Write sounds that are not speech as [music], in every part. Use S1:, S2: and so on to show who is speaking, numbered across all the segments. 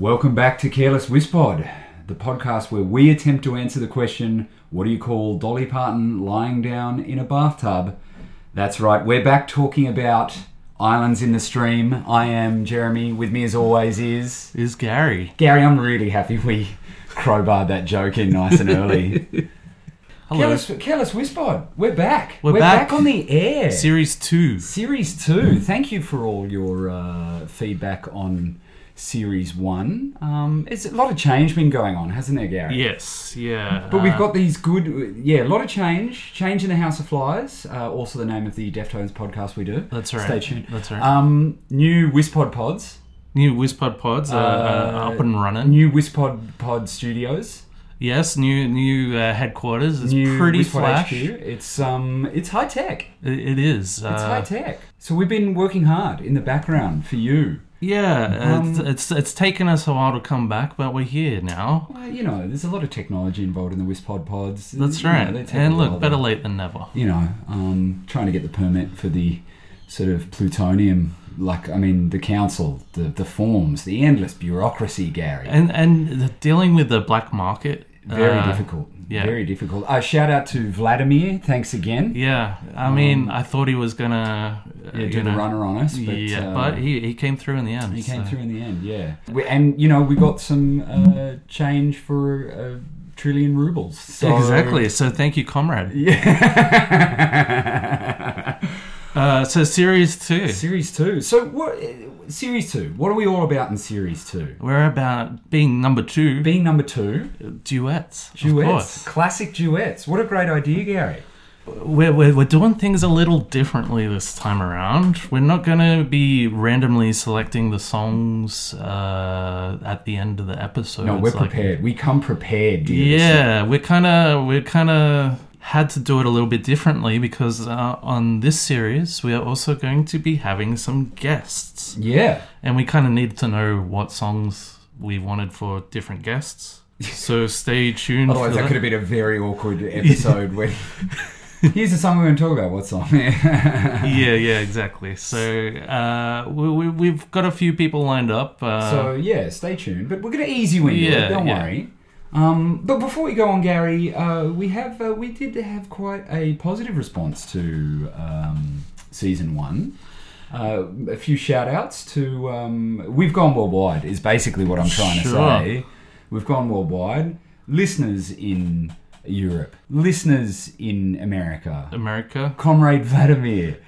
S1: Welcome back to Careless Wispod, the podcast where we attempt to answer the question what do you call Dolly Parton lying down in a bathtub? That's right, we're back talking about Islands in the Stream. I am Jeremy, with me as always is
S2: Is Gary.
S1: Gary. I'm really happy we [laughs] crowbarred that joke in nice and early.
S2: [laughs] Hello.
S1: Careless, Careless Wispod, we're back.
S2: We're
S1: back.
S2: back.
S1: on the air.
S2: Series 2.
S1: Series two. Thank you for all your uh, feedback on series one. Um, it's a lot of change been going on, hasn't there, Gary?
S2: Yes, yeah.
S1: But we've
S2: uh,
S1: got these good, yeah, a lot of change. Change in the House of Flies, uh, also the name of the Deftones podcast we do.
S2: That's right.
S1: Stay tuned.
S2: That's right.
S1: Um, new Wispod pods,
S2: new Wispod pods are,
S1: uh,
S2: are up and running.
S1: new Wispod pod studios,
S2: yes, new new uh, headquarters. It's
S1: new
S2: pretty
S1: Wispod
S2: flash.
S1: HQ.
S2: It,
S1: It's um, it's high tech.
S2: it is.
S1: It's
S2: uh,
S1: high tech. So we've been working hard in the background for you.
S2: yeah,
S1: Um,
S2: it's, it's it's taken us a while to come back, but we're here now.
S1: Well, you know, there's a lot of technology involved in the Wispod pods.
S2: That's
S1: You know,
S2: right.
S1: they take a
S2: and
S1: while
S2: look,
S1: to-
S2: better late than never.
S1: You know, um, trying to get the permit for the sort of plutonium, like I mean, the council, the the forms, the endless bureaucracy, Gary.
S2: And and the- dealing with the black market.
S1: Very
S2: uh,
S1: difficult.
S2: yeah.
S1: Very difficult. Uh, shout out to Vladimir. Thanks again.
S2: Yeah, I mean, I thought he was gonna uh,
S1: Um, Yeah,
S2: you
S1: do the
S2: know,
S1: runner on us. But,
S2: yeah,
S1: uh,
S2: but he, he came through in the end.
S1: He
S2: so.
S1: came through in the end, yeah. We, and you know, we got some uh, change for a trillion rubles. So,
S2: exactly. So thank you, comrade.
S1: [laughs] Yeah.
S2: Uh, so series two,
S1: series two. So what? uh, Series two. What are we all about in series two?
S2: we're about being number two
S1: Being number two,
S2: duets. Of
S1: duets,
S2: course.
S1: classic duets. What a great idea, Gary.
S2: We're, we're we're doing things a little differently this time around. We're not gonna be randomly selecting the songs uh, at the end of the episode.
S1: No, we're
S2: It's like-
S1: prepared. We come prepared, dear.
S2: Yeah, we're kind of we're kind of had to do it a little bit differently because uh, on this series we are also going to be having some guests.
S1: Yeah.
S2: and we kind of needed to know what songs we wanted for different
S1: [laughs]
S2: guests. So stay tuned.
S1: Otherwise,
S2: for
S1: that
S2: that.
S1: could have been a very awkward episode.
S2: [laughs]
S1: When [laughs] here's the song we're going to talk about. What song?
S2: yeah, yeah, exactly. So uh, we, we, we've got a few people lined up. Uh,
S1: so yeah, stay tuned. But we're going to easy wing it.
S2: Yeah,
S1: Don't
S2: yeah.
S1: worry. Um, but before we go on, Gary, uh, we have uh, we did have quite a positive response to um, season one. Uh, a few shout outs to um, we've gone worldwide is basically what I'm trying to
S2: Sure.
S1: say. We've gone worldwide. Listeners in Europe, listeners in America,
S2: America.
S1: Comrade Vladimir.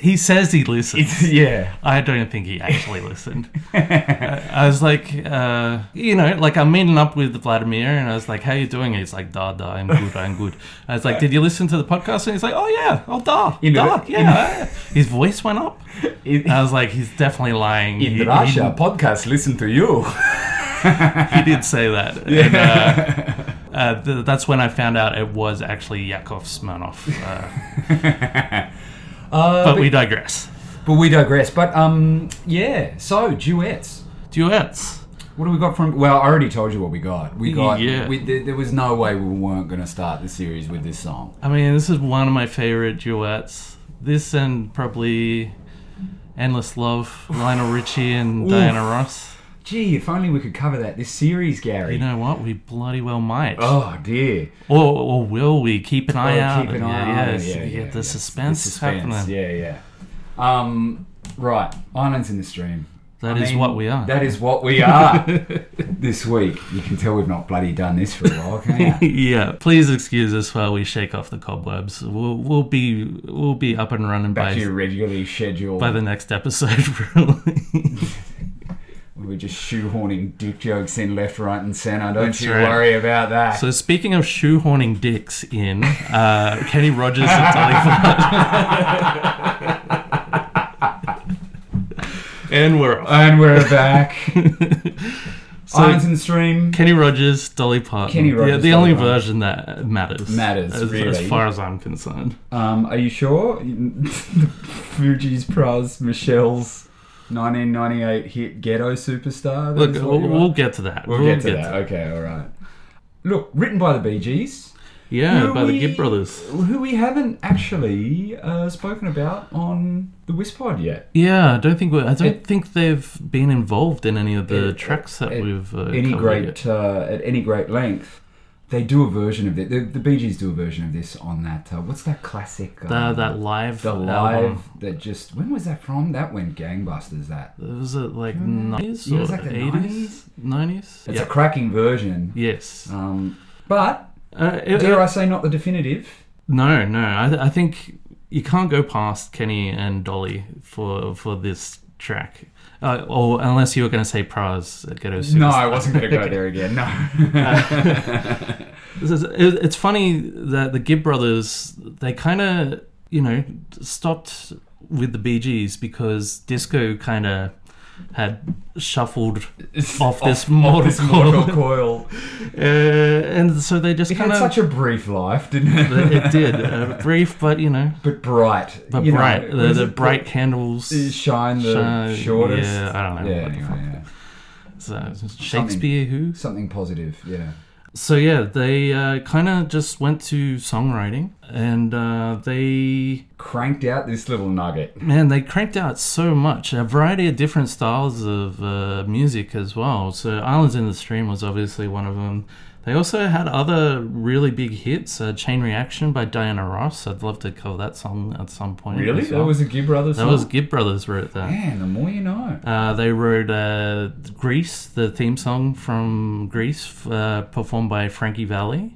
S2: He says he
S1: [laughs]
S2: listens.
S1: It's yeah.
S2: I don't think he actually listened. I, I was like, uh, you know, like I'm meeting up with Vladimir, and I was like, "How you doing?" He's like, "Da da, I'm good, I'm good." I was like, "Did you listen to the podcast?" And he's like, "Oh yeah, oh da,
S1: In the-
S2: da, yeah." His voice went up.
S1: In,
S2: I was like, "He's definitely lying."
S1: in
S2: Uh, he,
S1: Russia, podcast listen to you.
S2: he, he did say
S1: [laughs]
S2: that. And, uh, uh, th- that's when I found out it was actually Yakov Smirnov. Uh,
S1: [laughs] Uh,
S2: but we digress.
S1: But we digress. But um, yeah. So duets.
S2: Duets.
S1: What do we got from? Well, I already told you what we got. We got.
S2: Yeah.
S1: We, there, there was no way we weren't going to start the series with this song.
S2: I mean, this is one of my favorite duets. This and probably Endless Love, Lionel Richie and
S1: Oof.
S2: Diana Ross.
S1: Gee, if only we could cover that this series, Gary.
S2: You know what? We bloody well might.
S1: oh dear.
S2: Or, or will we? Keep an eye
S1: Oh,
S2: out.
S1: Keep an
S2: Yeah,
S1: eye
S2: uh, yeah,
S1: out.
S2: it's- you get the
S1: yeah.
S2: suspense,
S1: The suspense.
S2: happening.
S1: Yeah, yeah. Um, right. Islands in the stream.
S2: That
S1: I
S2: is
S1: mean,
S2: what we are.
S1: That is what we are [laughs] this week. You can tell we've not bloody done this for a while, can you?
S2: [laughs] yeah, please excuse us while we shake off the cobwebs. We'll, we'll be we'll be up and running
S1: Back to
S2: by
S1: your regularly scheduled.
S2: by the next episode. [laughs] Really,
S1: We're just shoehorning dick jokes in left, right, and centre. Don't
S2: That's
S1: you
S2: right.
S1: worry about that.
S2: so speaking of shoehorning dicks in, uh, Kenny Rogers and
S1: [laughs]
S2: Dolly Parton. and we're off.
S1: and we're back.
S2: [laughs] So-
S1: Irons and Stream.
S2: [laughs] Kenny Rogers, Dolly Parton.
S1: Kenny
S2: Yeah,
S1: Rogers,
S2: the
S1: Dolly
S2: only
S1: Parton.
S2: version that matters.
S1: Matters,
S2: as,
S1: really.
S2: as far as I'm concerned.
S1: Um, are you sure? [laughs] Fuji's Pras Michelle's 1998 hit Ghetto Superstar. that
S2: Look,
S1: is what
S2: we'll,
S1: you are?
S2: we'll get to that.
S1: We'll get to that. Okay, all right. Look, written by the Bee Gees.
S2: Yeah,
S1: Who
S2: by the
S1: we-
S2: Gibb brothers.
S1: Who we haven't actually uh, spoken about on the Wispod yet.
S2: Yeah, I don't think we I don't
S1: It-
S2: think they've been involved in any of the
S1: It-
S2: tracks that
S1: it-
S2: we've uh,
S1: Any
S2: covered yet.
S1: great uh, at any great length. They do a version of it. The, the Bee Gees do a version of this on that. Uh, what's that classic?
S2: The,
S1: um,
S2: that live
S1: the live
S2: album.
S1: that just when was that from? That went gangbusters. That
S2: was it like
S1: Hmm.
S2: nineties
S1: Yeah, it
S2: or
S1: was like the
S2: eighties? Nineties?
S1: it's a cracking version.
S2: Yes.
S1: Um, but
S2: Uh, it-
S1: dare
S2: it-
S1: I say, not the definitive.
S2: no, no. I, I think you can't go past Kenny and Dolly for for this track, uh, or unless you were going to say Praz at Ghetto Superstar.
S1: No, I wasn't going to
S2: [laughs]
S1: go there again. No.
S2: This is- it- It's funny that the Gibb brothers they kind of you know stopped with the Bee Gees because disco kind of had shuffled [laughs] off
S1: [laughs]
S2: this mortal coil,
S1: mortal
S2: [laughs]
S1: coil.
S2: uh, and so they just
S1: It had
S2: kind of
S1: such a brief life, didn't it?
S2: [laughs] it did uh, brief but you know
S1: [laughs] but bright.
S2: but
S1: you know,
S2: bright
S1: what
S2: the,
S1: is
S2: the
S1: it?
S2: bright candles
S1: Shine the
S2: shine-
S1: shortest.
S2: yeah I don't know
S1: Yeah,
S2: what the
S1: anyway,
S2: fuck.
S1: yeah.
S2: So, Shakespeare who
S1: Something positive, yeah.
S2: So yeah, they uh, kind of just went to songwriting, and uh, they
S1: Cranked out this little nugget.
S2: man they cranked out so much, a variety of different styles of uh, music as well. So Islands in the Stream was obviously one of them. They also had other really big hits, uh, Chain Reaction by Diana Ross. I'd love to cover that song at some point. as well.
S1: That was a Gibb Brothers
S2: that
S1: song?
S2: was Gibb Brothers wrote that.
S1: Man, the more you know.
S2: Uh, they wrote uh, Grease, the theme song from Grease, uh, performed by Frankie Valley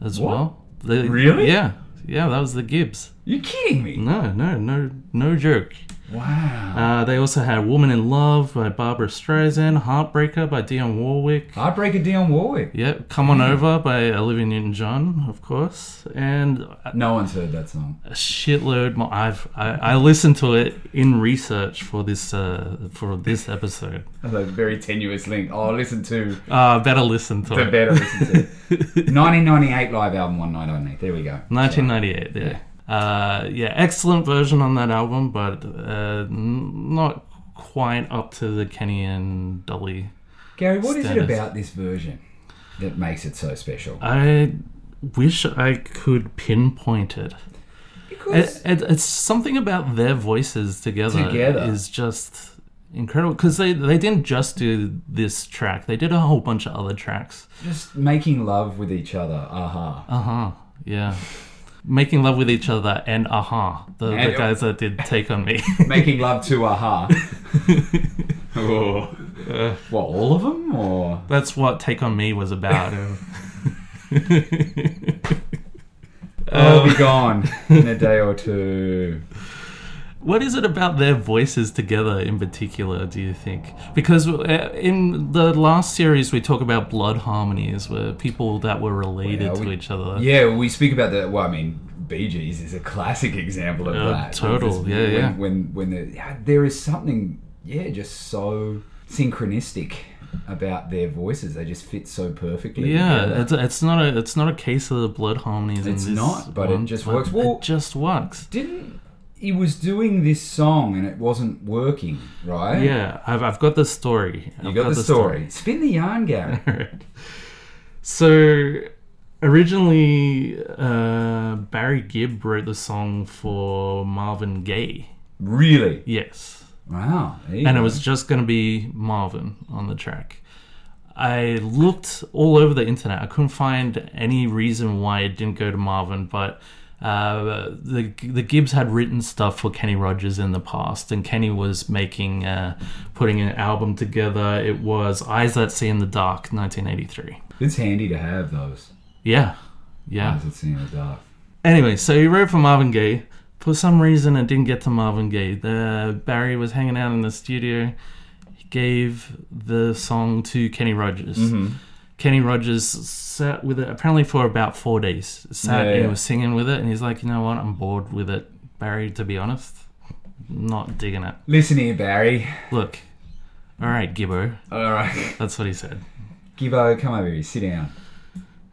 S2: as
S1: What?
S2: well. They-
S1: Really?
S2: Yeah. Yeah, that was the Gibbs.
S1: You're kidding me.
S2: No, no, no, no joke.
S1: Wow.
S2: Uh, they also had Woman in Love by Barbara Streisand, Heartbreaker by Dionne Warwick.
S1: Heartbreaker Dion Warwick.
S2: Yep, Come
S1: Hmm.
S2: On Over by Olivia Newton-John, of course, and a
S1: No one's heard that song.
S2: shitload more. I've I, I listened to it in research for this uh, for this episode.
S1: That's a very tenuous link. Oh, listen to
S2: Uh, better listen to
S1: the
S2: it.
S1: better listen to.
S2: [laughs]
S1: 1998 live album, One Night Only. There we go.
S2: 1998. Yeah. Uh, yeah, excellent version on that album, but uh, n- not quite up to the Kenny and Dolly.
S1: Gary, what is
S2: Standards.
S1: it about this version that makes it so special?
S2: Uh, I wish I could pinpoint it. It,
S1: Because
S2: it. It's something about their voices together.
S1: Together.
S2: is just incredible because they they didn't just do this track. They did a whole bunch of other tracks.
S1: just making love with each other, aha.
S2: Uh huh. Yeah. Making love with each other and aha, the, the
S1: And-
S2: guys that did take
S1: [laughs]
S2: on me.
S1: making love to
S2: [laughs]
S1: aha. [laughs] oh. What, all of them? Or
S2: That's what Take On Me
S1: [laughs]
S2: was about. [laughs]
S1: I'll
S2: Um,
S1: be gone in a day or two.
S2: [laughs] what is it about their voices together in particular, do you think? Because uh, in the last series, we talk about blood harmonies, where people that were related
S1: Well,
S2: to
S1: we-
S2: each other.
S1: Yeah, we speak about the. Well, I mean, Bee Gees is a classic example of
S2: Uh,
S1: that.
S2: total,
S1: Because
S2: yeah,
S1: when,
S2: yeah.
S1: When when the, yeah, there is something, yeah, just so synchronistic about their voices. They just fit so perfectly.
S2: Yeah,
S1: together.
S2: it's, it's not a it's not a case of the blood harmonies. in
S1: It's
S2: this
S1: not, but it
S2: one,
S1: just works. Well-
S2: it just works.
S1: didn't he was doing this song and it wasn't working, right?
S2: Yeah, I've, I've got the story.
S1: You
S2: I've
S1: got, the, story. Spin the yarn, Gary. [laughs]
S2: Alright. So originally, uh, Barry Gibb wrote the song for Marvin Gaye.
S1: really?
S2: Yes,
S1: Wow. there you
S2: and it
S1: go.
S2: was just going to be Marvin on the track. I looked all over the internet. I couldn't find any reason why it didn't go to Marvin, but uh, the the Gibbs had written stuff for Kenny Rogers in the past, and Kenny was making uh, putting an album together. It was Eyes That See in the Dark, 1983.
S1: It's handy to have those.
S2: Yeah. Yeah.
S1: As uh, it's in the dark.
S2: Anyway, so he wrote for Marvin Gaye. For some reason, it didn't get to Marvin Gaye. The, Barry was hanging out in the studio. He gave the song to Kenny Rogers.
S1: Mm-hmm.
S2: Kenny Rogers sat with it apparently for about four days. Sat
S1: Yeah,
S2: and
S1: yeah.
S2: was singing with it, and he's like, you know what? I'm bored with it, Barry. To be honest, not digging it.
S1: Listen here, Barry.
S2: Look, all right, Gibbo.
S1: All right,
S2: That's what he said.
S1: Gibbo, come over here. Sit down. [laughs]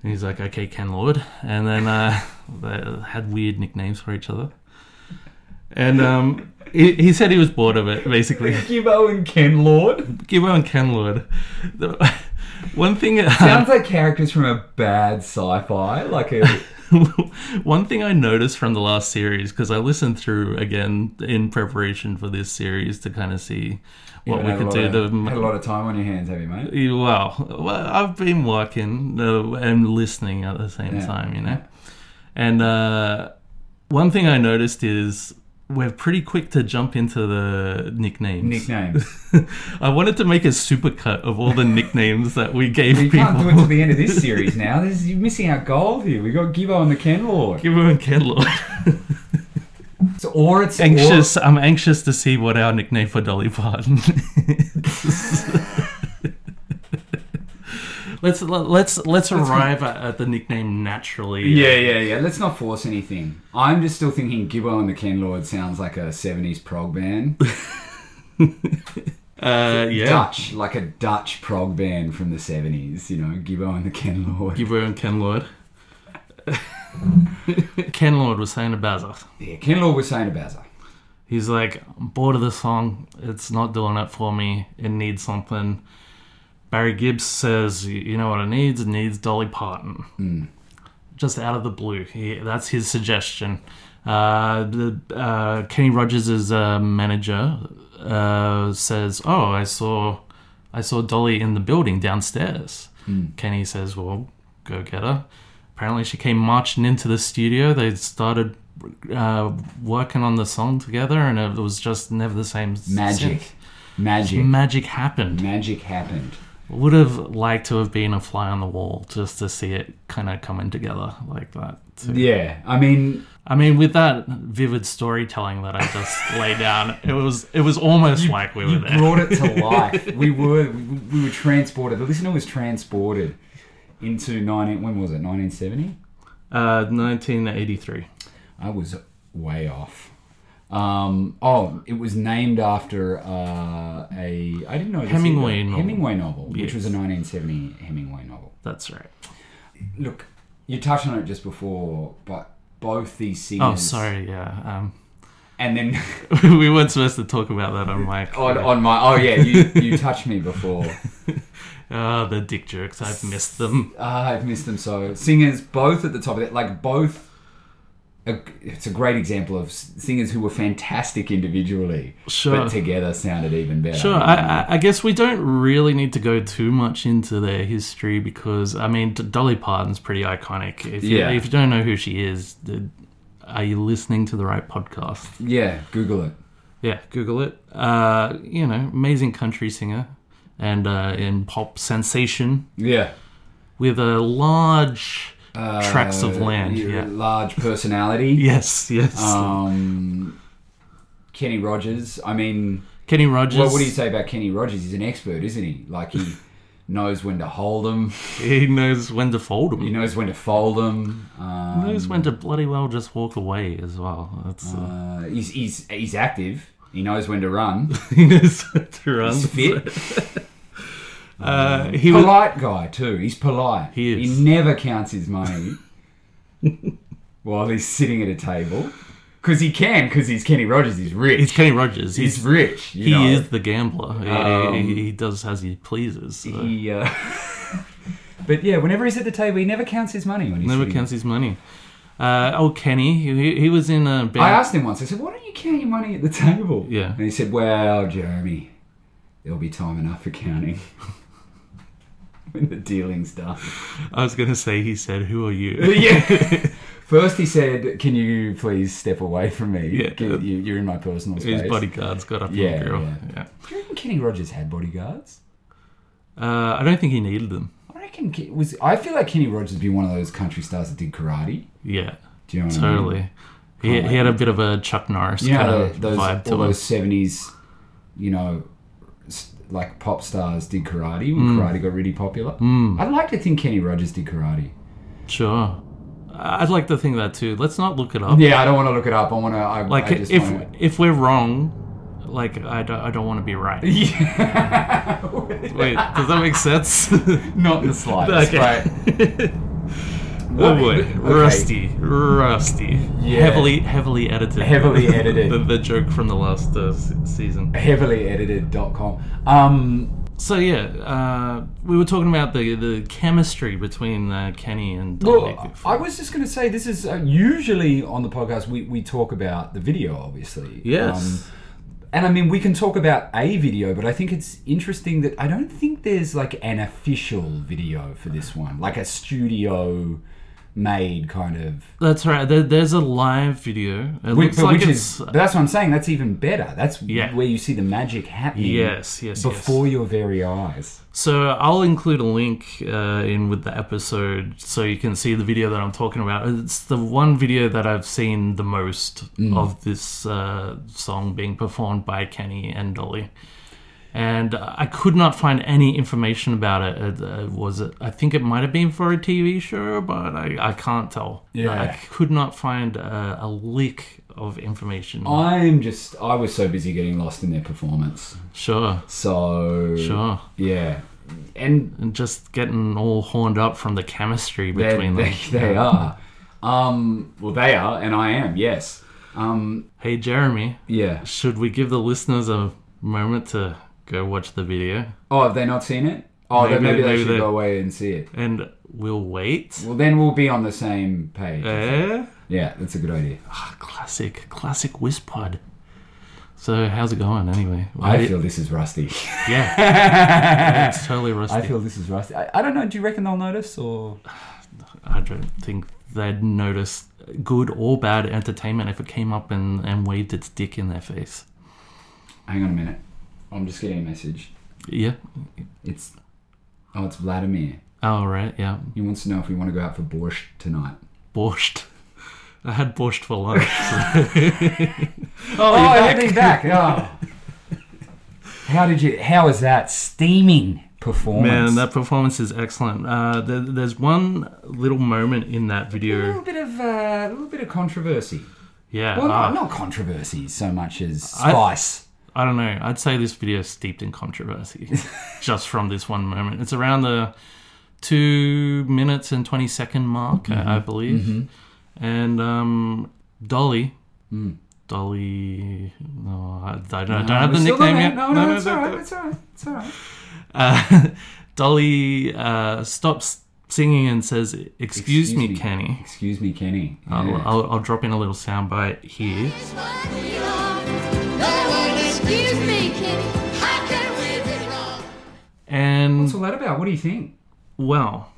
S2: And he's like, okay, Ken Lord. And then uh, [laughs] they had weird nicknames for each other. And um, he, he said he was bored of it, basically.
S1: Gibbo and Ken Lord
S2: Gibbo and Ken Lord. The, [laughs] one thing. uh,
S1: sounds like characters from a bad sci-fi, like a
S2: [laughs] one thing I noticed from the last series because I listened through again in preparation for this series to kind of see what we
S1: had a
S2: could
S1: lot
S2: do
S1: of-
S2: to
S1: had a lot of time on your hands, have you,
S2: [laughs]
S1: mate?
S2: Yeah, Well, well, I've been working uh, and listening at the same
S1: Yeah.
S2: time, you know. And uh, one thing I noticed is we're pretty quick to jump into the nicknames. [laughs]
S1: Nicknames.
S2: I wanted to make a supercut of all the nicknames that we gave
S1: You
S2: people.
S1: can't do it to the end of this series now. This is, you're missing out gold here. We got Gibbo and the Ken Lord.
S2: [laughs] Give him a catalog.
S1: It's, or it's
S2: Anxious. I'm anxious to see what our nickname for Dolly Parton. [laughs] is. [laughs] let's let's let's arrive at, at the nickname naturally.
S1: Yeah, yeah, yeah. Let's not force anything. I'm just still thinking Gibbo and the Ken Lord sounds like a 70s prog band.
S2: Uh, [laughs] yeah.
S1: Dutch, like a Dutch prog band from the 70s, you know, Gibbo and the Ken Lord.
S2: Gibbo and Ken Lord. [laughs] Ken Lord was saying to Bazza,
S1: Yeah, Ken Lord was saying to Bazza.
S2: he's like, I'm bored of the song. It's not doing it for me. It needs something. Barry Gibbs says, "Y- you know what it needs? It needs Dolly Parton. Just out of the blue. He, that's his suggestion. Uh, the, uh, Kenny Rogers' uh, manager uh, says, oh, I saw, I saw Dolly in the building downstairs. Kenny says, well, go get her. Apparently, she came marching into the studio. They started uh, working on the song together, and it was just never the same.
S1: Magic.
S2: since.
S1: Magic.
S2: Magic happened.
S1: Magic happened.
S2: Would have liked to have been a fly on the wall just to see it kind of coming together like that. too.
S1: Yeah, I mean,
S2: I mean, with that vivid storytelling that I just laid down, it was it was almost like we were there.
S1: brought it to life. [laughs] We were we, we were transported. The listener was transported into 19 when was it? 1970?
S2: Uh, 1983.
S1: I was way off. Um, oh, it was named after uh, a I didn't know this
S2: Hemingway
S1: either.
S2: novel.
S1: Hemingway novel, which
S2: Yes.
S1: was a 1970 Hemingway novel.
S2: That's right.
S1: Look, you touched on it just before, but both these singers.
S2: Oh, sorry. Yeah.
S1: And then
S2: Um, [laughs] we weren't supposed to talk about that on mic.
S1: on, on my oh yeah,
S2: [laughs]
S1: you you touched me before.
S2: Ah, the dick jokes. I've missed them.
S1: Ah, I've missed them so. Singers, both at the top of it, like both. A, it's a great example of s- singers who were fantastic individually,
S2: Sure.
S1: but together sounded even better.
S2: Sure, I, I- I guess we don't really need to go too much into their history because I mean D- Dolly Parton's pretty iconic. If you,
S1: Yeah.
S2: if you don't know who she is, the, are you listening to the right podcast?
S1: yeah, Google it.
S2: Yeah, Google it. Uh, you know, amazing country singer and uh, in pop sensation
S1: Yeah,
S2: with a large tracts of
S1: Uh,
S2: land.
S1: your
S2: Yeah.
S1: large personality.
S2: Yes, [laughs] yes.
S1: Um, Kenny Rogers. I mean,
S2: Kenny Rogers.
S1: well, what do you say about Kenny Rogers? He's an expert, isn't he? Like he [laughs] knows when to hold them.
S2: He knows when to fold them.
S1: He knows when to fold them. Um,
S2: knows when to bloody well just walk away as well. That's, uh,
S1: uh, he's he's he's active. He knows when to
S2: [laughs]
S1: run.
S2: [laughs] he knows when to run.
S1: He's fit.
S2: Uh, he was
S1: polite guy too. He's polite.
S2: He is.
S1: He never counts his
S2: [laughs]
S1: money while he's sitting at a table because he can because he's Kenny Rogers. He's rich.
S2: he's
S1: He's,
S2: Kenny Rogers. He's,
S1: rich. You
S2: he
S1: know.
S2: is the gambler. He-
S1: Um,
S2: he, he does as he pleases. so.
S1: He, uh, [laughs] but yeah, whenever he's at the table, he never counts his money when he's
S2: Never
S1: sitting-
S2: counts his money. Uh, oh, Kenny, he, he was in a band.
S1: I asked him once. I said, "Why don't you count your money at the table?"
S2: Yeah.
S1: and he said, "Well, Jeremy, there'll be time enough for counting." [laughs] When the dealing's done.
S2: I was going to say he said, "Who are you?"
S1: yeah. [laughs] First, he said, "Can you please step away from me?
S2: Yeah.
S1: Can- you, you're in my personal space."
S2: [laughs] His bodyguards got up
S1: Yeah,
S2: in the grill.
S1: yeah.
S2: Yeah.
S1: Do you reckon Kenny Rogers had bodyguards?
S2: Uh, I don't think he needed them.
S1: I reckon Ke- was. I feel like Kenny Rogers would be one of those country stars that did karate.
S2: Yeah,
S1: Do you know what I mean?
S2: totally. He, he had a bit of a Chuck Norris
S1: You
S2: kind
S1: know,
S2: of
S1: those all
S2: vibe to him.
S1: those seventies, you know, s- like pop stars did karate when
S2: Mm.
S1: karate got really popular. I'd like to think Kenny Rogers did karate.
S2: Sure. I'd like to think that too. Let's not look it up.
S1: Yeah, I don't want to look it up. I want to. I,
S2: Like
S1: I just
S2: if [laughs]
S1: wanna-
S2: if we're wrong, like I don't, I don't want to
S1: [laughs]
S2: be right.
S1: yeah.
S2: Wait, does that make sense? [laughs]
S1: Not in the slightest.
S2: Okay.
S1: Right.
S2: [laughs] oh
S1: What-
S2: boy,
S1: okay.
S2: rusty, rusty,
S1: Yeah.
S2: heavily heavily edited,
S1: Heavily
S2: [laughs]
S1: edited.
S2: the, the joke from the last uh, se- season.
S1: heavily edited.com. Um,
S2: So yeah, uh, we were talking about the, the chemistry between uh, Kenny and Dolly.
S1: Well, I was just going to say this is uh, usually on the podcast we, we talk about the video, obviously.
S2: yes,
S1: Um, and I mean, we can talk about a video, but I think it's interesting that I don't think there's like an official video for this one, like a studio made kind of.
S2: that's right. There, there's a live video. It
S1: Which,
S2: looks
S1: but
S2: like
S1: which is,
S2: it's uh,
S1: but that's what I'm saying. That's even better. That's
S2: Yeah.
S1: where you see the magic happening.
S2: yes, yes, yes.
S1: Before your very eyes.
S2: So I'll include a link uh, in with the episode so you can see the video that I'm talking about. It's the one video that I've seen the most
S1: Mm.
S2: of this uh, song being performed by Kenny and Dolly. And I could not find any information about it. it uh, was it? I think it might have been for a TV show, but I, I can't tell.
S1: Yeah.
S2: I could not find a, a lick of information.
S1: I'm just. I was so busy getting lost in their performance.
S2: Sure,
S1: So.
S2: sure.
S1: Yeah. And
S2: And just getting all horned up from the chemistry
S1: They-
S2: between
S1: they,
S2: them.
S1: They are. Um, well, they are, and I am. Yes. Um,
S2: Hey, Jeremy,
S1: yeah.
S2: should we give the listeners a moment to go watch the video?
S1: Oh, have they not seen it? Oh, then
S2: Maybe-
S1: maybe, they
S2: maybe
S1: should
S2: they-
S1: go away and see it.
S2: And we'll wait.
S1: Well, then we'll be on the same page.
S2: Eh?
S1: yeah, that's a good idea.
S2: Ah, classic, classic Wispod. So, how's it going anyway?
S1: I feel this is
S2: [laughs]
S1: rusty.
S2: yeah. Yeah, it's totally rusty.
S1: [laughs] I
S2: I,
S1: feel this is rusty. I, I don't know. Do you reckon they'll notice or?
S2: don't think they'd notice good or bad entertainment if it came up and, and waved its dick in their face.
S1: Hang on a minute. I'm just getting a message.
S2: Yeah.
S1: It's oh, it's Vladimir.
S2: Oh, right. Yeah.
S1: He wants to know if we want to go out for borscht tonight.
S2: Borscht. I had borscht for lunch. so-
S1: Oh,
S2: oh, you're back.
S1: everything's back. Oh. [laughs] how did you? How is that steaming performance?
S2: Man, that performance is excellent. Uh, there, there's one little moment in that
S1: a little
S2: video.
S1: bit of uh, a little bit of controversy.
S2: Yeah,
S1: Well,
S2: uh,
S1: not, not controversy so much as
S2: I-
S1: spice.
S2: I don't know. I'd say this video is steeped in controversy [laughs] just from this one moment. It's around the two minutes and 20 second mark, I,
S1: Mm-hmm.
S2: I believe. And um, Dolly.
S1: Mm.
S2: Dolly. No, I, I don't, I don't have
S1: We
S2: the
S1: still
S2: nickname
S1: don't have-
S2: yet.
S1: No, no, it's
S2: no,
S1: all
S2: no.
S1: right. It's all right. It's all right.
S2: Uh, [laughs] Dolly uh, stops singing and says, Excuse, me, Kenny.
S1: Excuse me, Kenny.
S2: I'll,
S1: Yeah.
S2: I'll, I'll drop in a little soundbite here.
S3: Excuse me, Kenny. I can't live it wrong.
S2: And,
S1: What's all that about? What do you think?
S2: well,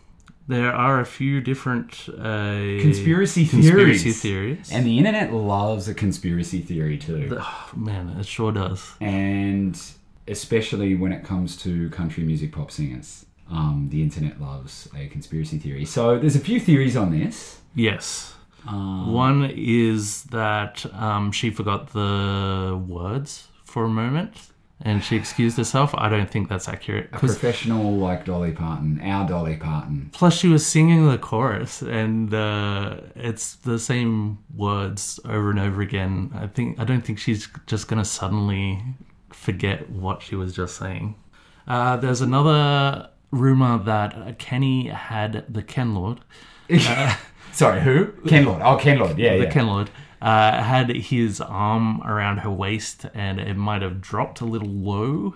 S2: there are a few different uh,
S1: Conspiracy
S2: conspiracy
S1: theories.
S2: theories.
S1: And the internet loves a conspiracy theory too,
S2: Oh, man, it sure does.
S1: and especially when it comes to country music pop singers. Um, the internet loves a conspiracy theory. So there's a few theories on this. Um,
S2: Yes. One is that um, she forgot the words for a moment and she excused herself. I don't think that's accurate. [laughs] 'cause-
S1: professional like Dolly Parton, our Dolly Parton.
S2: plus, she was singing the chorus and uh, it's the same words over and over again. I think I don't think she's just going to suddenly forget what she was just saying. Uh, there's another rumor that Kenny had the Ken Lord.
S1: [laughs] Sorry, who? Ken Lord. Oh, Ken Lord. Yeah,
S2: Uh-huh. the
S1: yeah.
S2: Kenlord, uh, had his arm around her waist and it might have dropped a little low.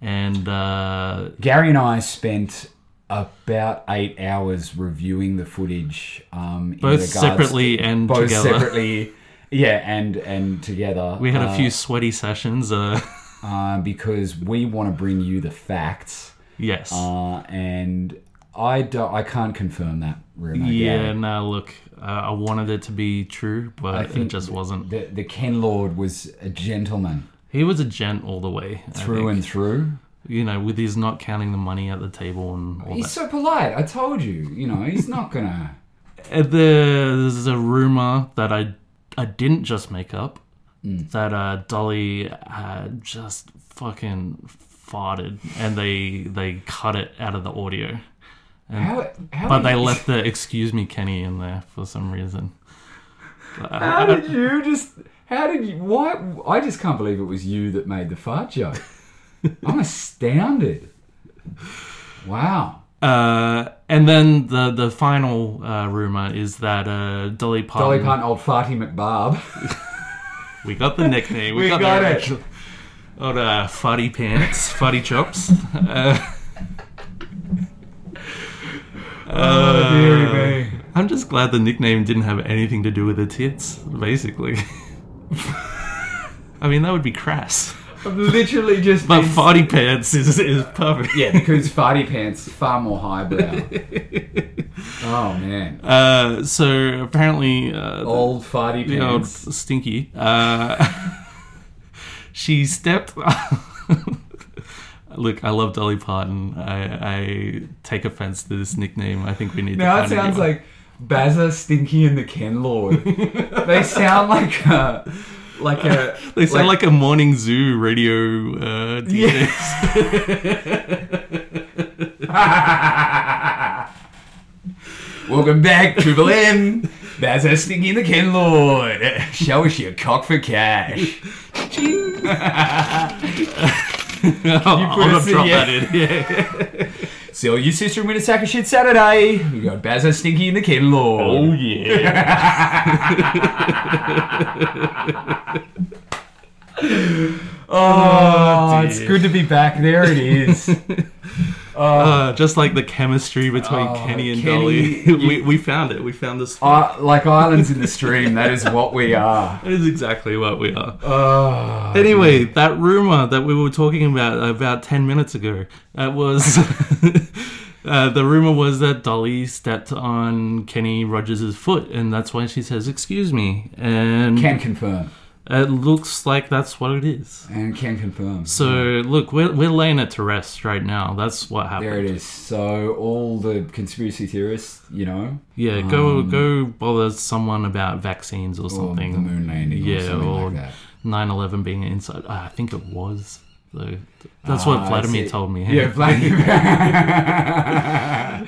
S2: And uh,
S1: Gary and I spent about eight hours reviewing the footage. Um, in
S2: both
S1: regards to-
S2: separately
S1: [laughs]
S2: and
S1: both
S2: together.
S1: separately. Yeah, and and together.
S2: [laughs] We had a
S1: uh,
S2: few sweaty sessions. Uh, [laughs]
S1: uh, because we want to bring you the facts,
S2: yes.
S1: uh, and I don't, I can't confirm that rumor.
S2: yeah,
S1: Gary.
S2: no, look, uh, I wanted it to be true, but it
S1: think
S2: just wasn't.
S1: The, the Ken Lord was a gentleman
S2: He was a gent all the way. I
S1: through
S2: think.
S1: and through.
S2: You know, with his not counting the money at the table and all
S1: He's
S2: that.
S1: so polite. I told you. You know, he's not
S2: [laughs]
S1: gonna.
S2: Uh, There's a rumor that I I didn't just make up that uh, Dolly uh, just fucking farted and they they cut it out of the audio,
S1: How, how
S2: but they
S1: did-
S2: left the "excuse me, Kenny" in there for some reason.
S1: How did you just? How did you? Why? I just can't believe it was you that made the fart
S2: [laughs]
S1: joke. I'm astounded. Wow.
S2: Uh, and then the the final uh, rumor is that uh, Dolly Parton.
S1: Dolly Parton, old farty McBarb.
S2: We got the nickname. We,
S1: We
S2: got,
S1: got
S2: the
S1: it.
S2: original. or uh, fuddy pants, fuddy chops. Uh, uh,
S1: Oh, dearie me.
S2: I'm just glad the nickname didn't have anything to do with the tits, basically. [laughs] I mean, that would be crass.
S1: I've literally just
S2: But
S1: been-
S2: farty pants is, is perfect.
S1: yeah, because farty pants far more
S2: [laughs]
S1: highbrow. oh man,
S2: Uh, so apparently, uh, the-
S1: old farty
S2: the old
S1: pants.
S2: stinky. Uh, [laughs] she stepped. [laughs] Look, I love Dolly Parton. I, I take offense to this nickname. I think we need.
S1: now
S2: to
S1: it
S2: find a new
S1: sounds
S2: one.
S1: like Bazza, Stinky, and the Ken
S2: [laughs]
S1: Lord. they sound like a like a
S2: they sound like, a morning zoo radio uh, DJ. [laughs]
S1: Welcome back, Triple M. Bazza, Stinky, and the Ken Lord. Show us your cock for cash.
S2: I'm
S1: put
S2: gonna
S1: us in,
S2: drop
S1: yeah.
S2: that in. Yeah.
S1: Sell your sister and win a sack of shit Saturday. We got Bazza, Stinky, and the Ken Lord.
S2: Oh yeah.
S1: Oh,
S2: dear.
S1: it's good to be back. There it is.
S2: [laughs] Uh, just like the chemistry between
S1: Oh,
S2: Kenny and
S1: Kenny,
S2: Dolly, [laughs]
S1: you-
S2: we, we found it. We found this.
S1: uh, like islands in the stream, that is what we are.
S2: that is exactly what we are.
S1: Uh, Oh,
S2: Anyway, that rumor that we were talking about about 10 minutes ago, that was. [laughs] Uh, the rumor was that Dolly stepped on Kenny Rogers' foot, and that's why she says, "Excuse me." And
S1: can confirm
S2: it looks like that's what it is.
S1: and can confirm.
S2: So look, we're we're laying it to rest right now. That's what happened.
S1: There it is. So all the conspiracy theorists, you know,
S2: Yeah, go go bother someone about vaccines or
S1: or
S2: something.
S1: the moon landing, or
S2: Yeah,
S1: something
S2: or-
S1: like that.
S2: 9/11 being an inside. I think it was. though. that's
S1: Ah,
S2: what
S1: I
S2: Vladimir
S1: see.
S2: told me. [laughs]
S1: Yeah, Vladimir.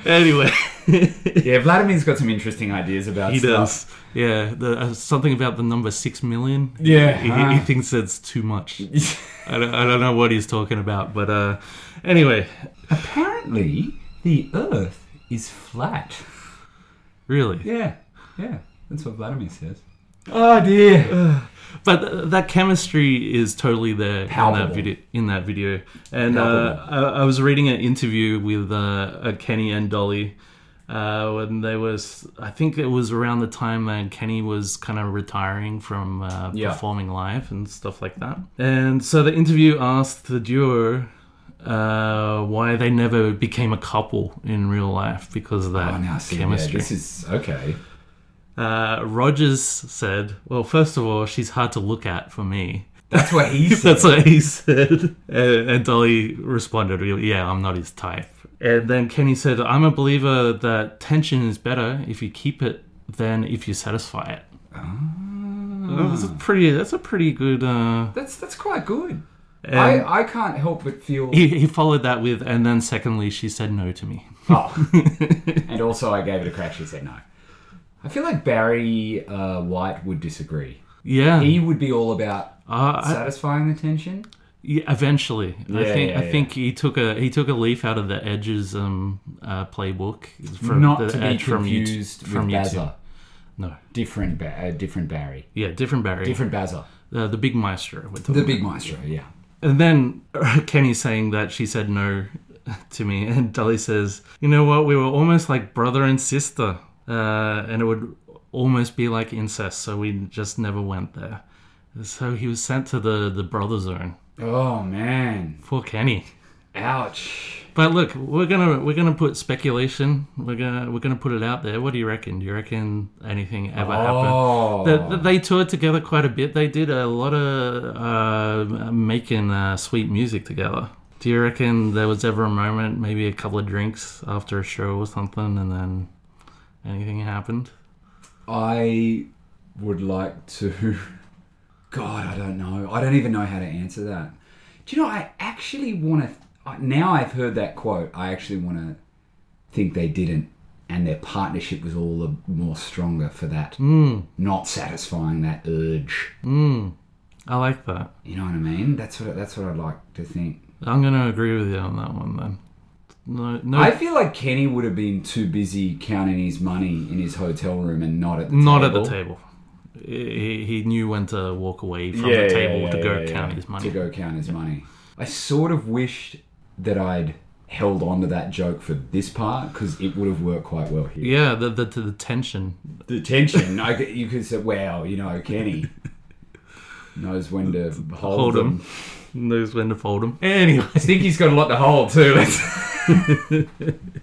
S2: Anyway. [laughs]
S1: yeah, Vladimir's got some interesting ideas about
S2: He
S1: stuff.
S2: does. Yeah, the, uh, something about the number six million.
S1: Yeah,
S2: he,
S1: huh.
S2: he thinks that's too much. I don't, I don't know what he's talking about, but uh, anyway,
S1: [laughs] Apparently, the Earth is flat.
S2: really.
S1: Yeah, yeah, that's what Vladimir says. Oh dear.
S2: But th- that chemistry is totally there in that
S1: Palpable.
S2: video. In that video, and uh, I, I was reading an interview with uh, uh, Kenny and Dolly. Uh, when they was, I think it was around the time that Kenny was kind of retiring from uh,
S1: Yeah.
S2: performing live and stuff like that. And so the interview asked the duo uh, why they never became a couple in real life because of that
S1: Oh, now I see.
S2: chemistry.
S1: Yeah, this is okay.
S2: Uh, Rogers said, "Well, first of all, she's hard to look at for me.
S1: That's what
S2: [laughs]
S1: he said.
S2: That's what he said." And, and Dolly responded, "Yeah, I'm not his type." And then Kenny said, "I'm a believer that tension is better if you keep it than if you satisfy it."
S1: Ah.
S2: That's a pretty. That's a pretty good. Uh,
S1: That's that's quite good.
S2: and
S1: I, I can't help but feel.
S2: Um, he, he followed that with, and then secondly, she said no to me.
S1: Oh. [laughs] and also, I gave it a crack. She said no. I feel like Barry uh, White would disagree.
S2: Yeah.
S1: He would be all about
S2: uh, I-
S1: satisfying the tension.
S2: Yeah, eventually. I
S1: Yeah,
S2: think
S1: yeah,
S2: I
S1: yeah.
S2: think he took a he took a leaf out of the Edge's um uh, playbook from
S1: Not
S2: the
S1: to be
S2: Edge from YouTube-
S1: confused
S2: from
S1: with
S2: YouTube.
S1: Bazza.
S2: No,
S1: Different, ba- uh, different Barry.
S2: yeah, different Barry,
S1: Different Bazza.
S2: Uh, the big maestro. We're talking
S1: The big maestro, yeah.
S2: about. And then uh, Kenny saying that she said no [laughs] to me, and Dolly says, "You know what? We were almost like brother and sister, uh, and it would almost be like incest. So we just never went there. So he was sent to the the brother zone.
S1: Oh, man.
S2: Poor Kenny."
S1: Ouch.
S2: But look, we're gonna we're gonna put speculation. We're gonna we're gonna put it out there. What do you reckon? Do you reckon anything ever
S1: Oh.
S2: happened? They, they toured together quite a bit. They did a lot of uh, making uh, sweet music together. Do you reckon there was ever a moment, maybe a couple of drinks after a show or something, and then anything happened?
S1: I would like to. [laughs] God, I don't know. I don't even know how to answer that. Do you know? I actually want to. I- Now I've heard that quote. I actually want to think they didn't, and their partnership was all the more stronger for that. Not satisfying that urge.
S2: I like that.
S1: You know what I mean? That's what. That's what I'd like to think.
S2: I'm gonna agree with you on that one then. No, no,
S1: I feel like Kenny would have been too busy counting his money in his hotel room and not at the
S2: not
S1: table.
S2: at the table. he, he knew when to walk away from
S1: Yeah, yeah,
S2: the table
S1: yeah,
S2: to go
S1: yeah, yeah.
S2: count his money.
S1: to go count his money. I sort of wished that I'd held on to that joke for this part because it would have worked quite well here.
S2: Yeah, the, the the tension.
S1: The tension, I, could- you could say, "Wow, you know, Kenny knows when to hold,
S2: Hold
S1: them.
S2: him. [laughs] Knows when to fold him. Anyway,
S1: Stinky's got a lot to hold too. That's
S2: [laughs]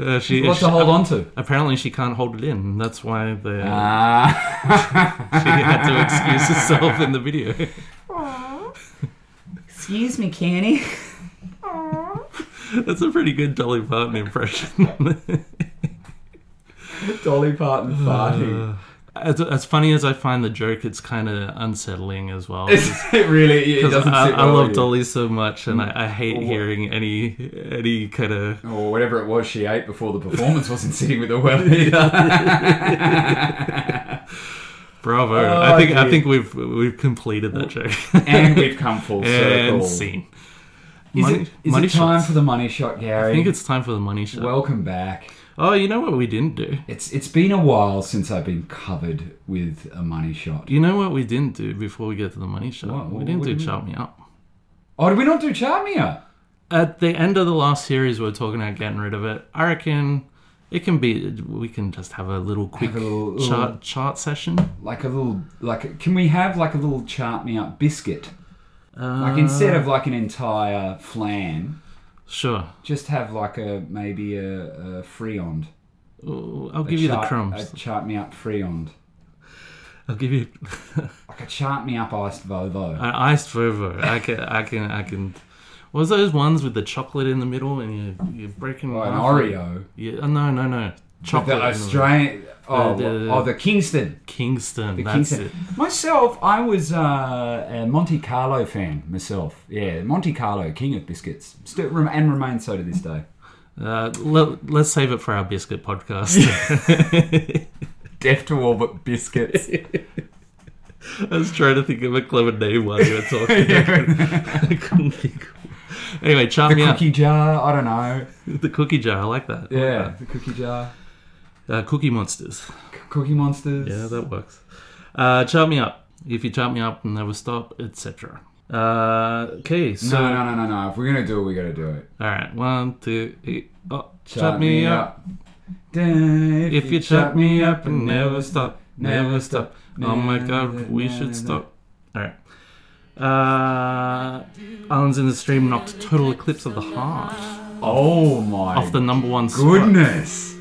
S2: uh, she,
S1: a lot
S2: she-
S1: to hold on to.
S2: Apparently, she can't hold it in. That's why the, Uh,
S1: Ah,
S2: she had to excuse herself in the video. [laughs]
S1: excuse me, [laughs] Kenny.
S2: That's a pretty good Dolly Parton impression.
S1: [laughs]
S2: [laughs]
S1: Dolly Parton farting.
S2: uh, as, as funny as I find the joke, it's kind of unsettling as well.
S1: It's, [laughs] [laughs] it really it
S2: Because
S1: doesn't.
S2: I,
S1: sit
S2: I
S1: well
S2: love
S1: with you.
S2: Dolly so much, and I, I hate
S1: Well, what-
S2: hearing any any kind of.
S1: or whatever it was she ate before the performance
S2: [laughs]
S1: wasn't sitting with her well either.
S2: Bravo!
S1: Oh,
S2: I think
S1: dear.
S2: I think we've we've completed that joke.
S1: and we've come full circle.
S2: [laughs] and scene.
S1: Is
S2: Money-
S1: it, is
S2: money
S1: it time
S2: shots.
S1: for the money shot, Gary?
S2: I think it's time for the money shot.
S1: Welcome back.
S2: oh, you know what we didn't do?
S1: It's it's been a while since I've been covered with a money shot.
S2: You know what we didn't do before we get to the money shot?
S1: What?
S2: we didn't
S1: What
S2: do
S1: did we-
S2: Chart Me Up.
S1: Oh, did we not do Charmia?
S2: At the end of the last series, we were talking about getting rid of it. I reckon it can be, we can just have a little quick
S1: a little- little-
S2: chart chart session.
S1: Like a little like can we have like a little chart me up biscuit?
S2: Uh,
S1: Like instead of like an entire flan,
S2: Sure.
S1: just have like a maybe a, a friond.
S2: Ooh, I'll give you the
S1: Chart-
S2: crumbs.
S1: A chart me up friond.
S2: I'll give you
S1: Like a chart me up iced vovo.
S2: an iced vovo. I can, I can, I can. What was those ones with the chocolate in the middle and you you're breaking
S1: Or Oh, an
S2: half?
S1: Oreo.
S2: Yeah, oh, no, no, no. Chocolate.
S1: The
S2: in middle.
S1: Australian. Oh,
S2: The- the-
S1: oh, the Kingston.
S2: Kingston.
S1: The
S2: that's
S1: Kingston.
S2: it.
S1: Myself, I was uh, a Monte Carlo fan myself. Yeah, Monte Carlo, king of biscuits, Still, rem- and remains so to this day.
S2: Uh, let, let's save it for our biscuit
S1: [laughs]
S2: podcast.
S1: Deaf to all but [laughs] biscuits.
S2: I was trying to think of a clever name while you were talking. [laughs] I couldn't think. of- Anyway, chart
S1: The
S2: me
S1: cookie jar, I don't know.
S2: up. The cookie jar. I like that.
S1: Yeah, the cookie jar,
S2: Uh, cookie monsters.
S1: C- cookie monsters.
S2: Yeah, that works. Uh, chart me up. If you chart me up and never stop, etc. Uh, okay, so
S1: no, no, no, no, no. If we're gonna do it, we gotta do it.
S2: all right, one, two, eight. Oh, chart, me up.
S1: Dad,
S2: If you chop me up and never stop, never stop. Oh my god, we should stop. Alright. Uh, Islands in the Stream knocked Total Eclipse of the Heart
S1: Oh my
S2: off the number one spot
S1: goodness!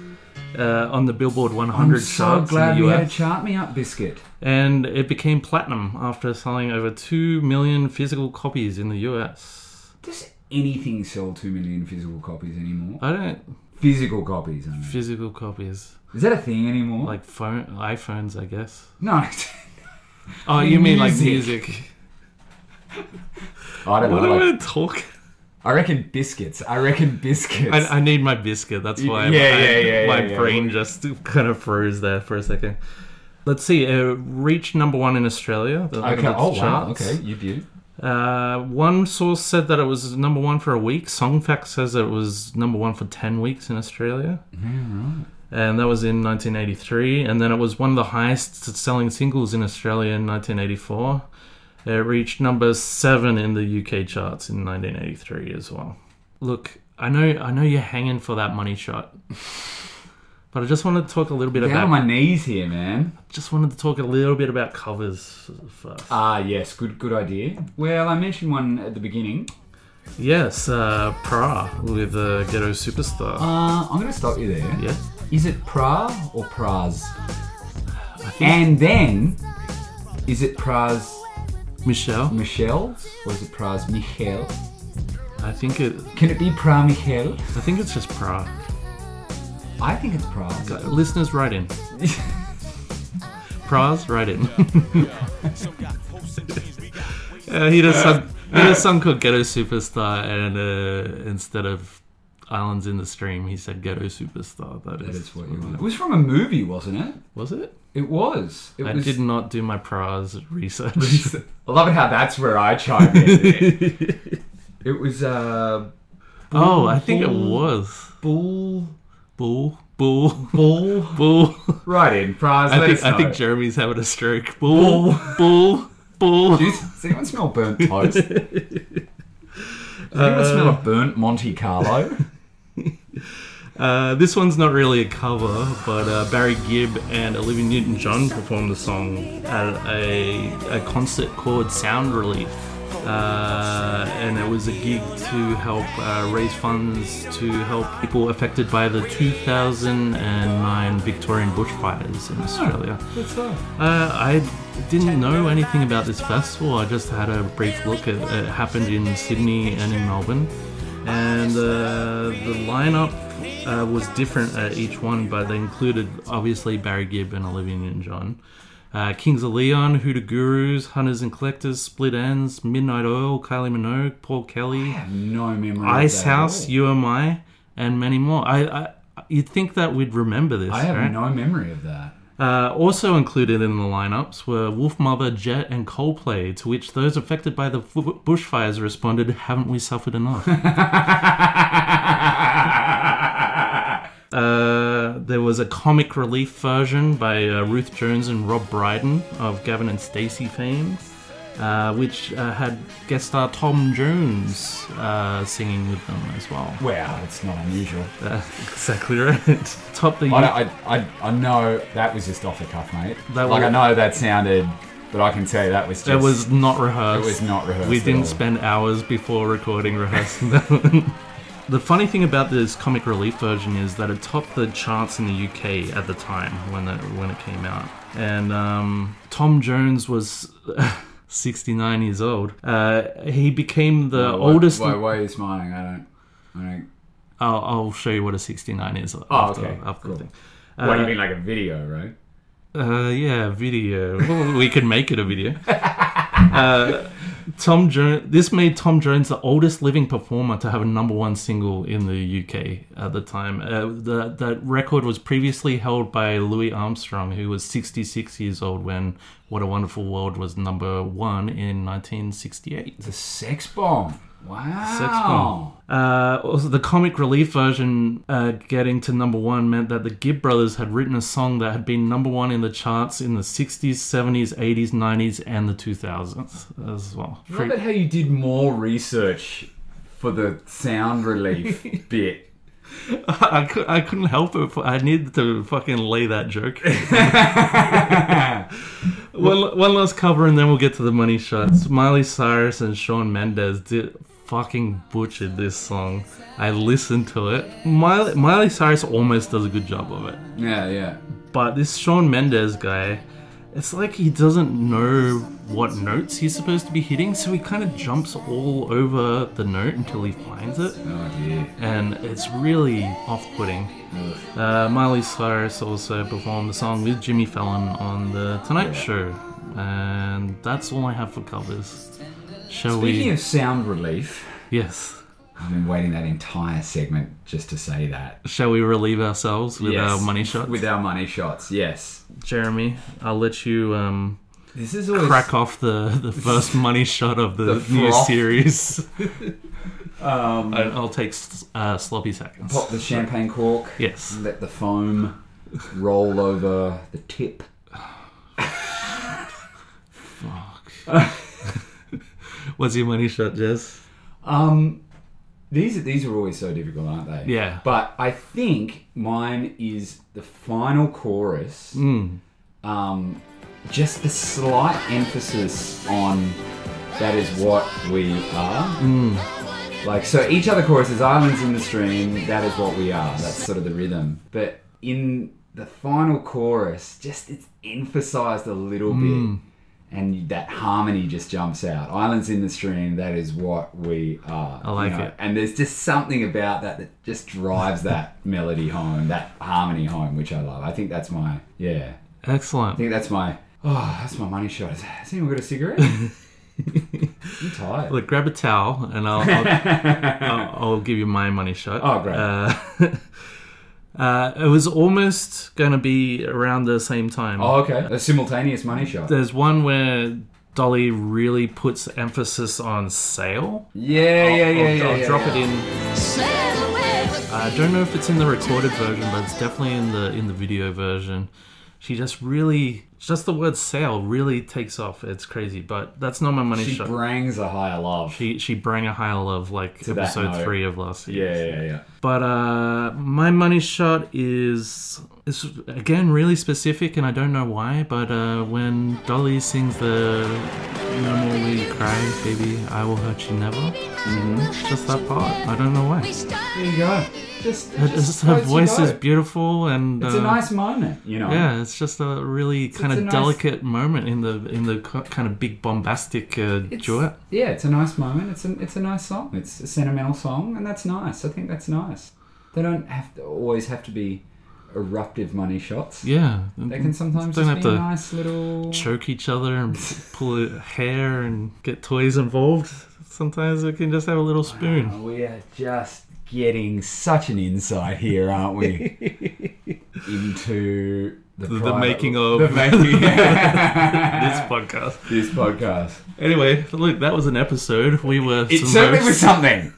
S2: uh, on the Billboard 100
S1: I'm so
S2: charts
S1: glad
S2: in
S1: we
S2: the
S1: had a
S2: US.
S1: chart me up biscuit.
S2: and it became platinum after selling over 2 million physical copies in the US.
S1: Does anything sell two million physical copies anymore?
S2: I don't.
S1: Physical copies, I mean.
S2: Physical copies.
S1: Is that a thing anymore?
S2: Like phone, iPhones, I guess.
S1: no. [laughs] I
S2: Oh, you mean like
S1: Music.
S2: music.
S1: don't
S2: What
S1: know.
S2: am
S1: Like,
S2: I talking
S1: I reckon biscuits. I reckon biscuits.
S2: I, I need my biscuit. That's why
S1: Yeah,
S2: I-
S1: yeah, yeah,
S2: my
S1: yeah, yeah.
S2: brain just kind of froze there for a second. Let's see. Uh, reached number one in Australia. The-
S1: okay.
S2: the
S1: Oh wow.
S2: charts.
S1: Okay. You do.
S2: Uh, one source said that it was number one for a week. Songfact says it was number one for ten weeks in Australia. And that was in 1983, and then it was one of the highest-selling singles in Australia in 1984. It reached number seven in the UK charts in 1983 as well. Look, I know, I know you're hanging for that money shot, but I just wanted to talk a little bit
S1: Down
S2: about.
S1: on my knees here, man.
S2: just wanted to talk a little bit about covers first.
S1: Ah, yes. Good. Good idea. Well, I mentioned one at the beginning.
S2: Yes, uh, Pra with uh, Ghetto Superstar.
S1: Uh, I'm gonna stop you there. Is
S2: yeah.
S1: it pra or pras? And then, is it pras
S2: Michelle.
S1: Michelle or is it pras Michel?
S2: I think it.
S1: Can it be pra Michel?
S2: I think it's just Pra.
S1: I think it's pras.
S2: Uh, Listeners, write in. Pras, write in. [laughs] uh, he does some. He does some called Ghetto Superstar, and uh, instead of Islands in the Stream, he said Ghetto Superstar.
S1: That is what you want. It was from a movie, wasn't it?
S2: Was it?
S1: It was. It
S2: I
S1: was.
S2: did not do my Pras research. [laughs]
S1: I love how that's where I chime in. it was uh,
S2: oh, I think it was
S1: Bull
S2: Bull Bull. [laughs] Bull. Bull.
S1: Right in, Praz.
S2: I
S1: let
S2: think,
S1: us know.
S2: I think Jeremy's having a stroke. Bull. Bull. Bull.
S1: Do you- Does anyone smell
S2: [laughs]
S1: burnt toast? Does anyone smell a burnt Monte
S2: [laughs]
S1: Carlo?
S2: Uh, this one's not really a cover, but uh, Barry Gibb and Olivia Newton John performed the song at a, a concert called Sound Relief. Uh, and it was a gig to help uh, raise funds to help people affected by the 2009 Victorian bushfires in Australia. Uh, I didn't know anything about this festival. I just had a brief look. It, it happened in Sydney and in Melbourne, and uh, the lineup uh, was different at each one, but they included obviously Barry Gibb and Olivia Newton-John. Uh, Kings of Leon, Huda Gurus, Hunters and Collectors, Split Ends, Midnight Oil, Kylie Minogue, Paul Kelly,
S1: I have no memory.
S2: Ice
S1: of that at
S2: House,
S1: all.
S2: UMI, and many more. I, I you'd think that we'd remember this.
S1: I have
S2: right?
S1: no memory of that.
S2: Uh, also included in the lineups were Wolf Mother, Jet, and Coldplay, to which those affected by the fu- bushfires responded, Haven't we suffered [laughs] enough? uh, there was a comic relief version by uh, Ruth Jones and Rob Brydon of Gavin and Stacey fame, uh, which uh, had guest star Tom Jones uh, singing with them as well.
S1: Wow, it's not unusual.
S2: Uh, exactly right. Top the
S1: I, don't- I, I, I know that was just off the cuff, mate.
S2: That
S1: like,
S2: was-
S1: I know that sounded, but I can tell you that was just.
S2: It was not rehearsed.
S1: It was not rehearsed
S2: We
S1: at all.
S2: didn't spend hours before recording rehearsing that one. [laughs] The funny thing about this comic relief version is that it topped the charts in the UK at the time when it, when it came out. And um, Tom Jones was [laughs] 69 years old. Uh, he became the
S1: Why-
S2: oldest.
S1: Why, why are you smiling? I don't. I don't.
S2: I'll, I'll show you what a 69 is. Oh,
S1: okay.
S2: After the thing.
S1: What do you mean, like a video, right?
S2: Uh, yeah, video. Well, we could make it a video. Uh, Tom Jones. This made Tom Jones the oldest living performer to have a number one single in the UK at the time. Uh, the, that record was previously held by Louis Armstrong, who was 66 years old when "What a Wonderful World" was number one in 1968.
S1: The sex bomb. Wow.
S2: Sex
S1: Oh.
S2: bomb. Uh, also, the comic relief version uh, getting to number one meant that the Gibb brothers had written a song that had been number one in the charts in the 60s, 70s, 80s, 90s, and the 2000s as well.
S1: I love it how you did more research for the sound [laughs] relief bit.
S2: [laughs] I, cou- I couldn't help it. I needed to fucking lay that joke. [laughs] one, one last cover, and then we'll get to the money shots. Miley Cyrus and Sean Mendes did fucking butchered this song. I listened to it. Miley, Miley Cyrus almost does a good job of it.
S1: Yeah, yeah.
S2: But this Sean Mendes guy, it's like he doesn't know what notes he's supposed to be hitting, so he kind of jumps all over the note until he finds it,
S1: Oh dear.
S2: and it's really off putting. Uh, Miley Cyrus also performed the song with Jimmy Fallon on The Tonight Show, and that's all I have for covers. Shall
S1: Speaking
S2: we?
S1: of sound relief,
S2: yes.
S1: I've been waiting that entire segment just to say that.
S2: Shall we relieve ourselves with
S1: Yes.
S2: our money shots?
S1: With our money shots, yes.
S2: Jeremy, I'll let you um,
S1: This is always
S2: crack off the,
S1: [laughs]
S2: the first money shot of the,
S1: The
S2: new
S1: froth. [laughs]
S2: series. um, I, will take s- uh, sloppy seconds.
S1: pop the champagne cork. [laughs]
S2: Yes.
S1: Let the foam roll over the tip.
S2: What's your money shot, Jez?
S1: Um, these these are always so difficult, aren't they?
S2: Yeah.
S1: But I think mine is the final chorus. Um, just the slight emphasis on that is what we are. Like so, each other chorus is islands in the stream. That is what we are. That's sort of the rhythm. But in the final chorus, just it's emphasized a little
S2: Mm.
S1: bit. And that harmony just jumps out. Islands in the stream, that is what we are.
S2: I like it.
S1: And there's just something about that that just drives
S2: [laughs]
S1: that melody home, that harmony home, which I love. I think that's my, yeah. I
S2: Excellent.
S1: think that's my, oh, that's my money shot. Has- Has anyone got a
S2: [laughs]
S1: cigarette? I'm tired.
S2: Look, grab a towel and I'll, I'll,
S1: [laughs]
S2: I'll, I'll give you my money shot.
S1: Oh, great.
S2: Uh, [laughs] uh, it was almost going to be around the same time.
S1: oh, okay. A simultaneous money shot.
S2: There's one where Dolly really puts emphasis on sale.
S1: Yeah, yeah, yeah,
S2: I'll,
S1: yeah.
S2: I'll
S1: yeah,
S2: Oh, drop
S1: yeah.
S2: it in.
S3: Sail away with
S2: I don't know if it's in the recorded version, but it's definitely in the in the video version. She just really, just the word "sale" really takes off. It's crazy, but that's not my money
S1: She
S2: shot.
S1: brings a higher love.
S2: she she brang a high love like
S1: that
S2: episode
S1: note.
S2: three of last year.
S1: yeah, yeah, yeah.
S2: But uh, my money shot is is again really specific, and I don't know why. But uh, when Dolly sings the "No More Will You Cry, Baby, I Will Hurt You Never," just that part. I don't know why.
S1: There you go. Just,
S2: Her,
S1: just
S2: just her
S1: floats your
S2: voice is
S1: boat.
S2: beautiful, and
S1: It's
S2: uh,
S1: a nice moment, you know.
S2: yeah, it's just a really
S1: Um,
S2: kind
S1: it's
S2: of
S1: a nice-
S2: delicate moment in the in the co- kind of big bombastic uh,
S1: It's-
S2: duet.
S1: Yeah, it's a nice moment. It's a it's a nice song. It's a sentimental song, and that's nice. I think that's nice. They don't have to always have to be eruptive money shots.
S2: Yeah,
S1: They can sometimes
S2: Don't
S1: just
S2: have
S1: be
S2: to
S1: nice little.
S2: choke each other and [laughs] pull at hair and get toys involved. Sometimes we can just have a little spoon.
S1: Oh, we are just getting such an insight here, aren't we? [laughs] Into the,
S2: The
S1: private-
S2: making of-
S1: the
S2: [laughs]
S1: making
S2: This podcast.
S1: this podcast.
S2: Anyway, look, that was an episode. We were.
S1: It
S2: some
S1: certainly
S2: very-
S1: was something.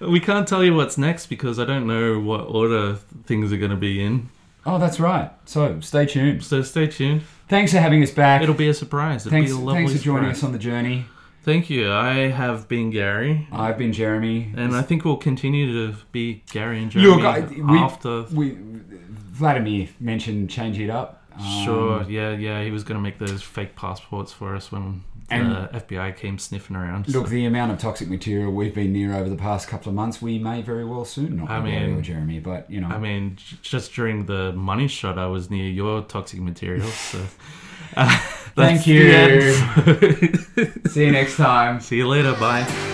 S2: We can't tell you what's next because I don't know what order things are going to be in.
S1: Oh, that's right. So stay tuned.
S2: So stay tuned.
S1: Thanks for having us back.
S2: It'll be a surprise. It'll
S1: thanks,
S2: be a lovely
S1: thanks for joining
S2: surprise.
S1: us on the journey.
S2: Thank you. I have been Gary,
S1: I've been Jeremy.
S2: and I think we'll continue to be Gary and Jeremy
S1: Look, I- we-
S2: after.
S1: we Vladimir mentioned change it up. Um,
S2: Sure. Yeah. Yeah. He was going to make those fake passports for us when
S1: And-
S2: the FBI came sniffing around.
S1: Look,
S2: So,
S1: the amount of toxic material we've been near over the past couple of months, we may very well soon not
S2: I
S1: be
S2: mean-
S1: Gary or Jeremy, but you know,
S2: I mean, j- just during the money shot, I was near your toxic material. So.
S1: Thank
S2: [laughs] that's the end.
S1: see you next time.
S2: [laughs] See you later. Bye.